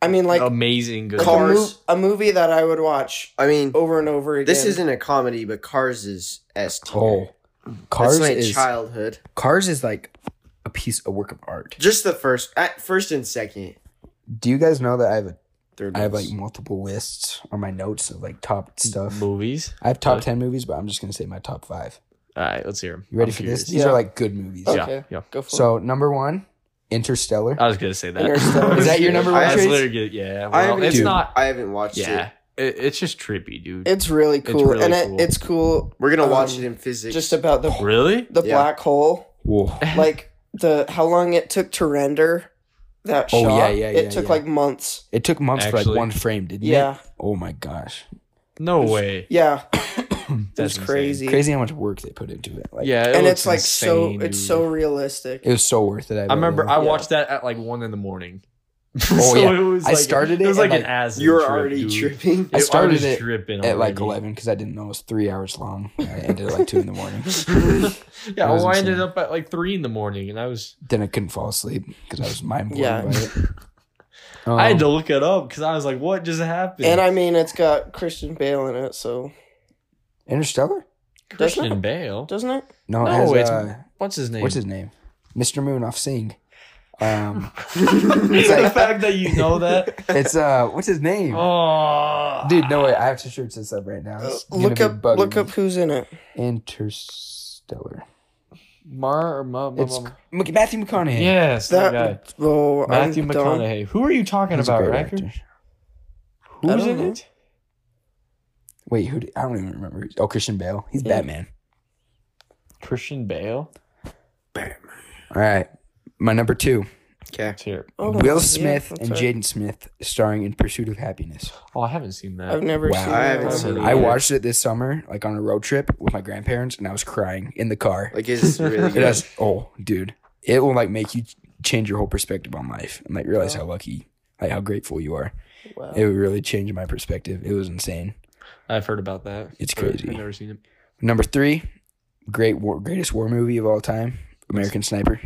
S4: I mean, like,
S3: amazing good.
S4: like
S1: Car-
S4: a,
S1: Cars.
S4: mo- a movie that I would watch
S1: I mean,
S4: over and over again.
S1: this isn't a comedy, but Cars is S tier.
S5: oh,
S1: That's
S5: Cars
S1: my
S5: is
S1: childhood.
S5: Cars is like a piece, a work of art.
S1: Just the first, at first and second,
S5: Do you guys know that I have a
S1: third.
S5: I have like
S1: ones.
S5: multiple lists on my notes of like top stuff.
S3: movies.
S5: I have top
S3: Mm, Okay.
S5: ten movies, but I'm just gonna say my top five.
S3: All right, let's hear them.
S5: You ready for this? These
S4: Yeah.
S5: are like good movies.
S4: Okay.
S3: Yeah, Uh, yeah.
S4: Go for it.
S5: So number one, Interstellar.
S3: I was gonna say that.
S4: Interstellar.
S5: Is that your number one,
S3: I was
S5: Trace?
S3: literally good. Yeah.
S1: I
S3: Well,
S1: haven't
S3: it's
S1: even-
S3: not.
S1: I haven't watched
S3: Yeah.
S1: it.
S3: It, it's just trippy, dude.
S4: It's really cool,
S3: really
S4: and it,
S3: cool.
S4: it's cool
S1: We're gonna watch
S4: Um,
S1: it in physics.
S4: just about the
S3: really?
S4: the
S1: Yeah.
S4: black hole,
S5: Whoa.
S4: like the how long it took to render that
S5: Oh,
S4: shot.
S5: yeah, yeah,
S4: It
S5: yeah,
S4: took
S5: yeah.
S4: like months.
S5: It took months for
S3: Actually-
S5: like one frame, didn't it?
S4: Yeah,
S5: Oh my gosh.
S3: No way.
S4: yeah,
S3: That's
S4: it's crazy.
S5: Crazy how much work they put into it. Like,
S3: Yeah, it
S4: and
S3: looks
S4: it's like so
S3: insane,
S4: it's
S3: dude.
S4: so realistic.
S5: It was so worth it.
S3: I remember I
S4: Yeah.
S3: watched that at like one in the morning.
S5: Oh,
S3: so
S5: yeah.
S3: it was
S5: I
S3: like,
S5: started it
S3: was like
S5: and,
S3: an ass.
S1: You're already tripping.
S5: I started it
S3: tripping
S5: at like
S3: already.
S5: 11 because I didn't know it was three hours long. I ended at like two in the morning.
S3: Yeah,
S5: It was
S3: well, I
S5: insane.
S3: ended up at like three in the morning, and I was
S5: Then I couldn't fall asleep because I was mind blown
S4: Yeah.
S5: by it. Um,
S3: I had to look it up because I was like, "What just happened?"
S4: And I mean, it's got Christian Bale in it, so
S5: Interstellar?
S3: Christian
S4: doesn't it?
S3: Bale.
S4: doesn't it?
S5: No,
S3: No,
S5: it has,
S3: it's-
S5: uh,
S3: What's his name?
S5: what's his name? Mr. Moon off Sing. Um,
S3: It's
S5: it's
S3: the
S5: like
S3: fact that you know that.
S5: it's uh, what's his name?
S3: Oh,
S5: Dude, no way! I have to search this up right now.
S4: Uh,
S5: It's gonna
S4: look
S5: be
S4: up,
S5: bugging
S4: look
S5: me.
S4: up who's in it.
S5: Interstellar.
S3: Mar or Ma- Ma-
S5: It's
S3: Ma-
S5: Mc- Matthew McConaughey.
S3: yes, that, guy.
S4: That oh,
S3: Matthew
S4: I'm dumb.
S3: McConaughey. Who are you talking
S5: He's a
S3: about,
S5: great
S3: Riker?
S5: actor.
S4: I
S3: Who's
S4: don't
S3: in
S4: know.
S3: it?
S5: Wait, who? Do, I don't even remember. Oh, Christian Bale. He's
S4: Yeah.
S5: Batman.
S3: Christian Bale.
S5: All right, my number two:
S1: Okay.
S3: It's here.
S4: Oh, yeah,
S5: Will Smith
S4: that's
S5: and
S4: right.
S5: Jaden Smith, starring in Pursuit of Happiness.
S3: Oh, I haven't seen that.
S4: I've never
S5: Wow.
S4: seen.
S1: I
S4: that
S1: haven't
S4: one.
S1: seen it.
S5: I watched it this summer, like on a road trip with my grandparents, and I was crying in the car.
S1: Like it's really
S5: It
S1: good.
S5: does. Oh, dude, it will like make you change your whole perspective on life and like realize how lucky, like how grateful you are.
S4: Wow.
S5: It would really change my perspective. It was insane.
S3: I've heard about that.
S5: It's
S3: but
S5: crazy.
S3: I've never seen it.
S5: Number three, great war, greatest war movie of all time, American Sniper.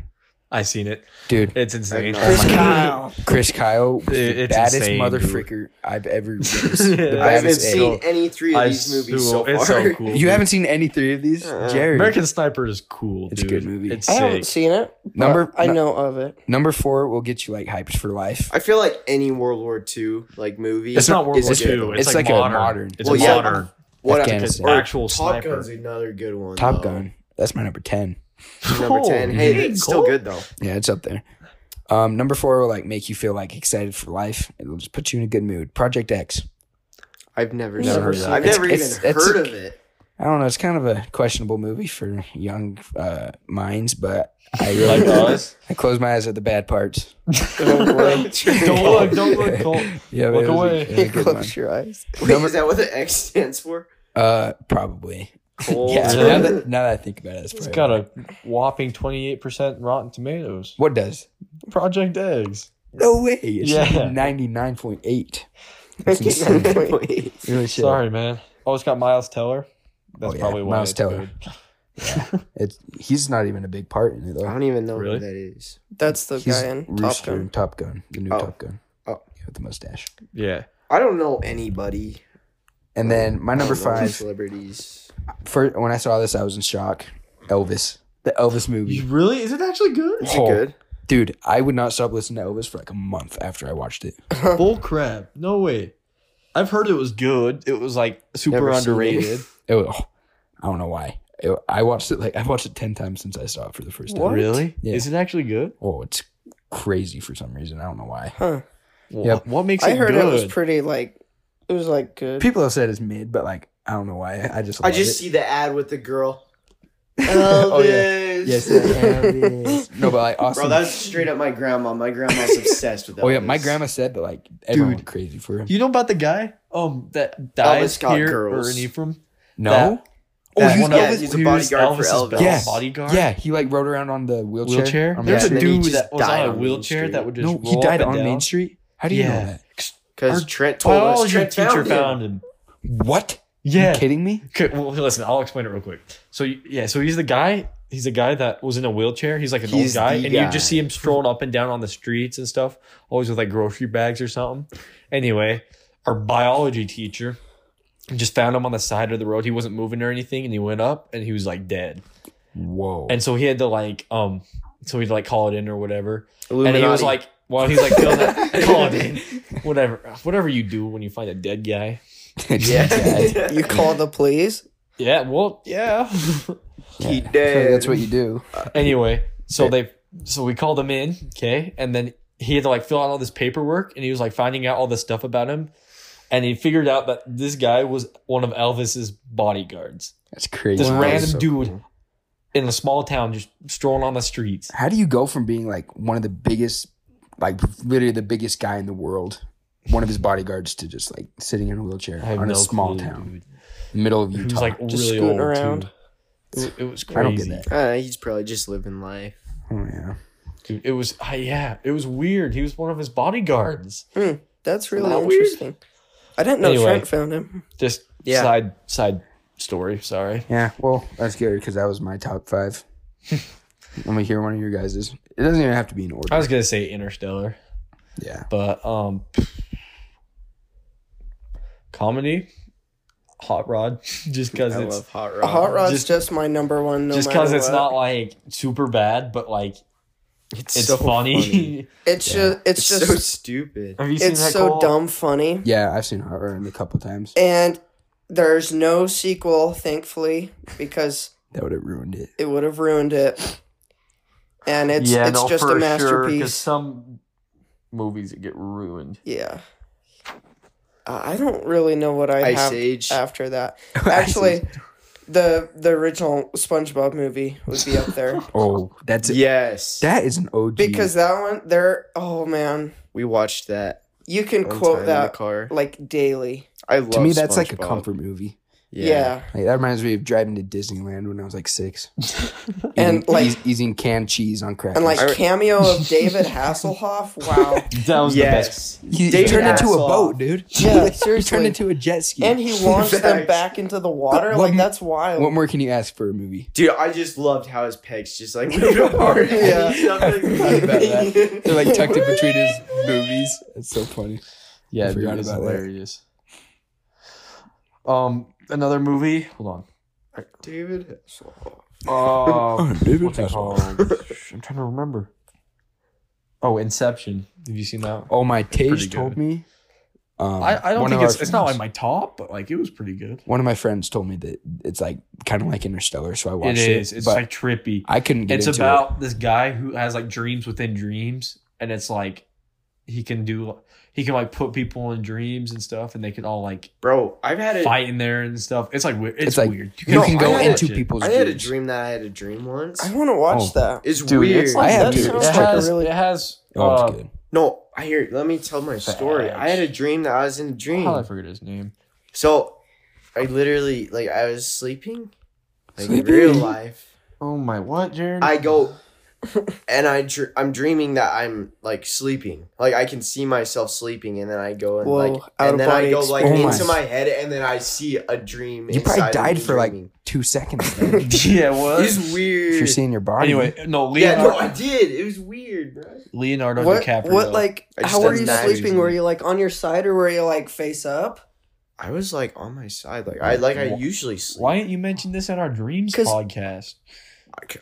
S3: I seen it.
S5: Dude,
S3: It's insane. Oh
S1: I've not. Chris
S4: Kyle.
S5: Chris Kyle, was
S3: It-
S5: the
S3: it's
S5: baddest
S3: insane, dude.
S5: motherfricker I've ever. witnessed.
S3: Yeah.
S5: the
S1: I haven't
S5: baddest
S1: seen
S5: egg.
S1: any three of
S3: I
S1: these movies so
S3: so-
S1: far.
S3: it's so cool.
S5: You
S3: dude.
S5: haven't seen any three of these,
S4: Uh,
S1: Uh-uh.
S5: Jerry.
S3: American Sniper is cool.
S5: It's a
S3: dude.
S5: good movie.
S3: It's
S4: I
S3: sick.
S4: haven't seen it. but
S5: Number-
S4: I
S5: nu-
S4: know of it.
S5: Number four will get you like hyped for life.
S1: I feel like any World War II like movie.
S3: It's not World
S1: is
S3: War
S1: good.
S3: II. It's,
S5: It's
S3: like,
S5: like a
S3: modern.
S5: modern-
S3: It's
S1: Well,
S3: a
S1: yeah.
S3: modern.
S1: What
S5: Afghanistan.
S1: or
S3: Actual
S1: Top
S3: sniper.
S1: Gun's another good one.
S5: Top
S1: though.
S5: Gun. That's my number ten.
S1: Number ten.
S3: Holy
S1: Hey, it's still
S3: cow.
S1: good though.
S5: Yeah, it's up there. Um, number four will like make you feel like excited for life. It'll just put you in a good mood. Project X.
S1: I've never,
S4: Never
S1: seen
S4: heard
S1: it.
S4: of
S1: I've
S5: that.
S1: never
S5: It's-
S1: even
S5: it's-
S1: heard
S5: it's-
S1: of it.
S5: I don't know. It's kind of a questionable movie for young uh, minds, but I really
S3: Like us.
S5: I close my eyes at the bad parts.
S3: Don't look. Don't look. Colt.
S5: Yeah,
S3: Look
S5: it was a-
S3: away.
S5: it was a good one.
S4: Close your eyes.
S1: Wait,
S5: Number-
S1: is that what the X stands for?
S5: Uh, probably.
S1: Cold.
S5: Yeah.
S3: really?
S5: Now that, now that I think about it, it's
S3: It's
S5: probably
S3: Oh, got a whopping twenty eight percent Rotten Tomatoes.
S5: what does?
S3: Project Eggs.
S5: No way. It's
S3: Yeah.
S5: ninety nine point eight.
S1: Wait.
S5: Really shit.
S3: Sorry, man. Oh, it's got Miles Teller. That's
S5: Oh, yeah,
S3: probably why
S5: Miles
S3: it's
S5: Teller.
S3: good.
S5: It's he's not even a big part in it
S1: I
S5: though.
S1: don't even know
S3: Oh, Really?
S1: who that is.
S4: That's the
S5: He's
S4: guy in Top
S5: Rooster
S4: Gun.
S5: in Top Gun, the new
S1: Oh.
S5: Top Gun.
S1: Oh.
S5: Yeah, with the mustache.
S3: Yeah.
S1: I don't know anybody.
S5: And then my
S1: I
S5: number
S1: don't know
S5: five.
S1: Celebrities.
S5: First, when I saw this, I was in shock. Elvis, the Elvis
S3: You
S5: movie,
S3: really? Is it actually good?
S1: Is it
S5: Oh.
S1: good?
S5: dude. I would not stop listening to Elvis for like a month after I watched it.
S3: Bull crap. No way. I've heard it was good. It was like super
S1: Never seen it.
S3: underrated.
S5: It was, oh, I don't know why. It- I watched it like I watched it ten times since I saw it for the first time.
S3: Really?
S5: Yeah.
S3: Is it actually good?
S5: Oh, it's crazy for some reason. I don't know why.
S4: Huh.
S3: What, what makes it
S4: I heard
S3: good?
S4: it was pretty like it was like good.
S5: People have said it's mid, but like I don't know why. I just
S1: I
S5: love
S1: just
S5: it.
S1: see the ad with the girl.
S5: oh yeah,
S1: Elvis.
S5: yes, yeah, Elvis. No, but like Austin.
S1: Bro, that's straight up my grandma. My grandma's obsessed with Elvis.
S5: oh yeah, my grandma said that like everyone
S3: Dude.
S5: went crazy for him.
S3: you know about the guy um that dies
S1: got
S3: here
S1: girls.
S3: or in Ephraim?
S5: no.
S3: that-
S5: oh,
S3: That
S5: he's
S3: one of-
S1: yeah, he's a
S3: who's
S1: bodyguard for
S3: Elvis's
S1: Elvis.
S3: best
S5: Yes.
S3: bodyguard.
S5: Yeah, he like rode around on the wheelchair.
S3: wheelchair.
S5: on
S3: There's
S5: Main
S3: a
S1: and
S5: Street.
S1: then he
S3: dude
S1: just
S3: that was
S1: died
S3: on
S1: on
S3: a
S1: Main
S3: wheelchair
S1: Street.
S3: that would just
S5: No,
S3: roll
S5: he died
S3: up
S5: on
S3: and
S5: Main
S3: down. Oh,
S5: Street. How do you
S3: Yeah.
S5: know that?
S1: Because
S3: Our
S1: Trent told us.
S3: Biology
S1: Trent
S3: teacher
S1: found, him.
S3: found him.
S5: What?
S3: Yeah.
S5: You kidding me?
S3: Okay, well, listen, I'll explain it real quick. So, yeah, so he's the guy. He's a guy that was in a wheelchair. He's like an
S1: He's
S3: old guy,
S1: the
S3: and you just
S1: guy.
S3: see him strolling up and down on the streets and stuff, always with like grocery bags or something. Anyway, our biology teacher just found him on the side of the road. He wasn't moving or anything, and he went up, and he was like dead.
S5: Whoa.
S3: And so he had to like, um, so he'd like call it in or whatever.
S1: Illuminati.
S3: And he was like, while he's like feeling that, call it in, whatever, whatever you do when you find a dead guy.
S5: yeah.
S1: yeah.
S4: You call the police?
S3: Yeah, well, yeah.
S1: He
S5: So
S1: dead.
S5: that's what you do.
S3: anyway, so they so we called him in, okay, and then he had to like fill out all this paperwork, and he was like finding out all this stuff about him, and he figured out that this guy was one of Elvis's bodyguards,
S5: That's crazy.
S3: this
S1: Wow.
S3: random
S1: So
S3: dude in a small town just strolling on the streets.
S5: How do you go from being like one of the biggest, like literally the biggest guy in the world, one of his bodyguards, to just like sitting in a wheelchair
S3: I have
S5: on
S3: no
S5: a small
S3: clue,
S5: town,
S3: dude.
S5: middle of
S3: He
S5: Utah?
S3: was like
S4: Just
S3: really
S4: scooting
S3: old
S4: around.
S3: too. It, was- it was
S5: I don't
S3: crazy.
S5: get that.
S1: Uh, he's probably just living life.
S5: Oh yeah.
S3: Dude, it was I yeah, it was weird. He was one of his bodyguards.
S4: That's really
S3: that weird?
S4: interesting. I didn't know
S3: Anyway.
S4: Trent found him.
S3: Just
S5: Yeah.
S3: side side story. Sorry.
S5: Yeah, well, that's good because that was my top five. Let me hear one of your guys's. It doesn't even have to be in order.
S3: I was gonna say Interstellar,
S5: yeah.
S3: but um, comedy, Hot Rod, just because
S1: I
S3: it's
S1: love Hot Rod.
S4: A Hot Rod's
S3: just-
S4: just, my number one. No
S3: just because
S4: because
S3: it's not like super bad, but like it's,
S5: so
S3: funny.
S4: It's
S5: Yeah.
S4: just. It's,
S1: It's
S4: just.
S1: so stupid.
S3: Have you seen
S4: it's
S3: that
S4: so
S3: Cole?
S4: dumb funny,
S5: Yeah, I've seen Hot Rod a couple times.
S4: and there's no sequel, thankfully, because
S5: That would have ruined it.
S4: it would have ruined it. And it's
S3: yeah,
S4: it's
S3: no,
S4: just
S3: for
S4: a
S3: sure, 'cause
S4: masterpiece.
S3: some movies that get ruined.
S4: yeah. I I don't really know what I
S1: Ice
S4: have
S1: Age.
S4: after that. Actually, the the original SpongeBob movie would be up there
S5: oh, that's it.
S1: Yes.
S5: That is an OG.
S4: because that one there. Oh man,
S1: we watched that
S4: you can
S1: one time
S4: quote
S1: in the
S4: that
S1: car.
S4: like daily.
S1: I love
S5: to me, that's like a
S1: SpongeBob.
S5: comfort movie.
S4: Yeah.
S5: Like, that reminds me of driving to Disneyland when I was like six,
S4: And,
S5: Eating-
S4: like-
S5: eas- eating canned cheese on crackers.
S4: And like
S1: I-
S4: cameo of David Hasselhoff. Wow.
S3: That was the best.
S1: yes.
S5: he, he
S1: David
S5: turned into a
S1: Hasselhoff.
S5: boat, dude.
S4: Yeah,
S5: he turned
S4: seriously.
S5: into a jet ski.
S4: And he launched them
S1: Facts.
S4: back into the water.
S5: What
S4: Like
S5: mo-
S4: that's wild.
S5: what more can you ask for a movie?
S1: Dude, I just loved how his pegs just like went apart.
S4: Yeah.
S1: Nothing-
S5: Forgot about that. They're like tucked in between his movies. That's so funny.
S3: Yeah,
S5: I
S3: dude,
S5: forgot
S3: it's
S5: about that.
S3: hilarious. Um, another movie. Hold
S1: David.
S4: Oh,
S3: on. Um,
S5: David
S3: what's it called? I'm trying to remember. Oh, Inception. Have you seen that?
S5: Oh, my Tage
S3: pretty
S5: told
S3: good.
S5: me. Um,
S3: I, I don't
S5: one of
S3: think
S5: our
S3: it's it's not like
S5: friends-
S3: my top, but like it was pretty good.
S5: One of my friends told me that it's like kind of like Interstellar, so I
S3: It
S5: watched it.
S3: is. It's
S5: but
S3: like trippy.
S5: I couldn't get
S3: It's
S5: into
S3: about this guy who has like dreams within dreams, and it's like he can do he can like put people in dreams and stuff, and they can all like
S1: Bro, I've had a I
S3: fight in there and stuff. It's like weird. It's,
S5: It's like,
S3: weird.
S5: it. You
S1: No,
S5: can
S1: I
S5: go
S1: had a-
S5: into
S3: people.
S5: people's.
S1: had a
S5: dreams.
S1: dream that I had a dream once.
S4: I want to watch
S5: Oh.
S4: that.
S1: It's
S3: Dude,
S1: weird.
S3: it's like
S5: I have
S4: that
S5: to.
S4: sounds
S5: It's
S4: like
S3: it
S4: a
S3: has,
S4: really
S3: it has
S5: Oh, it's
S3: uh,
S5: good.
S1: no, I hear. Let me tell my story. I had a dream that I was in a dream.
S3: Oh, I forget his name.
S1: So I literally like I was sleeping, like
S5: Sleeping.
S1: real life.
S3: Oh my, what, Jared?
S1: I go and I dr- I'm dreaming that I'm like sleeping, like I can see myself sleeping, and then I go and
S4: Whoa,
S1: like
S4: out of
S1: and then I
S4: body
S1: go like
S5: experience.
S1: into my head, and then I see a dream.
S5: You probably
S1: inside of
S5: died
S1: me
S5: for like
S1: dreaming.
S5: two seconds. man.
S3: yeah, what?
S1: It's
S5: if you're
S1: weird.
S5: seeing your body.
S3: Anyway, no,
S1: yeah,
S3: Leonardo,
S1: no, I did. It was weird, bro.
S3: Leonardo
S4: what,
S3: DiCaprio.
S4: what like
S1: I just
S4: how were
S1: done
S4: you
S1: that.
S4: sleeping? Were you like on your side or were you like face up?
S1: I was like on my side, like I like I
S3: Wh-
S1: usually sleep.
S3: Why didn't you mention this in our dreams
S4: 'Cause-
S3: podcast?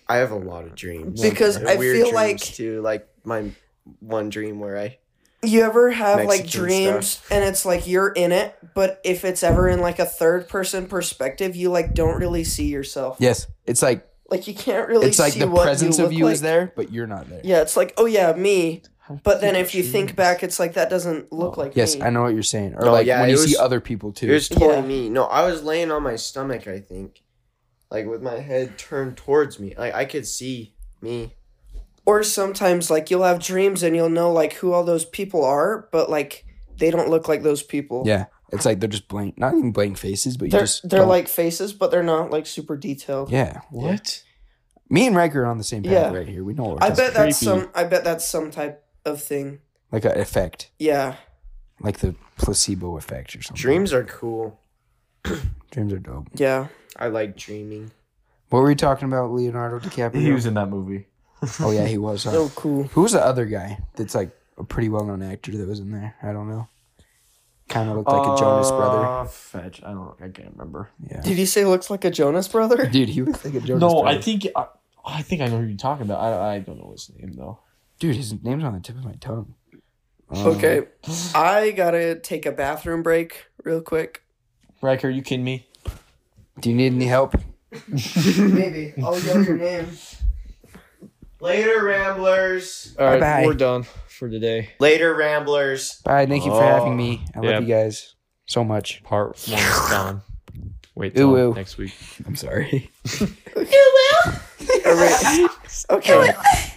S1: I have a lot of dreams
S4: Because
S1: They're
S4: I
S1: weird
S4: feel
S1: dreams,
S4: like-
S1: too, like my one dream where I
S4: You ever have like
S1: Mexican
S4: dreams and it's like you're in it, but if it's ever in like a third person perspective, you like don't really see yourself.
S5: yes, it's like
S4: Like you can't really
S5: it's like
S4: see
S5: the
S4: what
S5: presence
S4: you
S5: of
S4: look
S5: you
S4: like.
S5: is there, but you're not there.
S4: Yeah, it's like, oh yeah, me. But then if you
S3: Jeez.
S4: think back, it's like that doesn't look like
S5: Oh, Yes,
S4: me.
S5: I know what you're saying. Or
S1: No,
S5: like
S1: yeah,
S5: when
S1: it
S5: you see
S1: was-
S5: other people too.
S1: It was totally
S4: Yeah.
S1: me. No, I was laying on my stomach, I think. Like with my head turned towards me. Like I could see me.
S4: Or sometimes like you'll have dreams and you'll know like who all those people are, but like they don't look like those people.
S5: yeah, it's like they're just blank, not even blank faces, but you
S4: They're
S5: just
S4: they're
S5: don't-
S4: like faces, but they're not like super detailed.
S5: yeah.
S3: What?
S5: Me and Riker are on the same path
S4: Yeah.
S5: right here. We know. What we're
S4: I
S5: talking
S4: bet that's
S3: creepy.
S4: some. I bet that's some type of thing.
S5: like an effect,
S4: Yeah,
S5: like the placebo effect or something.
S1: Dreams are cool.
S5: dreams are dope.
S4: yeah.
S1: I like dreaming.
S5: What were we talking about, Leonardo DiCaprio?
S3: He was in that movie.
S5: oh yeah, he was. huh?
S4: Oh, cool.
S5: Who was the other guy that's like a pretty well-known actor that was in there? I don't know. Kind of looked like a Jonas brother.
S3: Uh, Fetch. I don't. I can't remember.
S5: Yeah,
S4: Did you say looks like a Jonas brother?
S5: dude, he looked like a Jonas.
S3: no,
S5: brother.
S3: I think. I, I think I know who you're talking about. I, I don't know his name though.
S5: dude, his name's on the tip of my tongue. Um,
S4: Okay, I gotta take a bathroom break real quick.
S3: Riker, are you kidding me?
S5: Do you need any help?
S4: Maybe I'll yell your name.
S1: Later, Ramblers.
S3: All right,
S5: Bye-bye.
S3: we're done for today.
S1: Later, Ramblers.
S5: Bye. Thank you for having me. I
S3: Oh. Yeah.
S5: love you guys so much.
S3: Part one is done. Wait
S5: Ooh,
S3: till
S5: ooh.
S3: next week.
S5: I'm sorry.
S4: All right. Okay.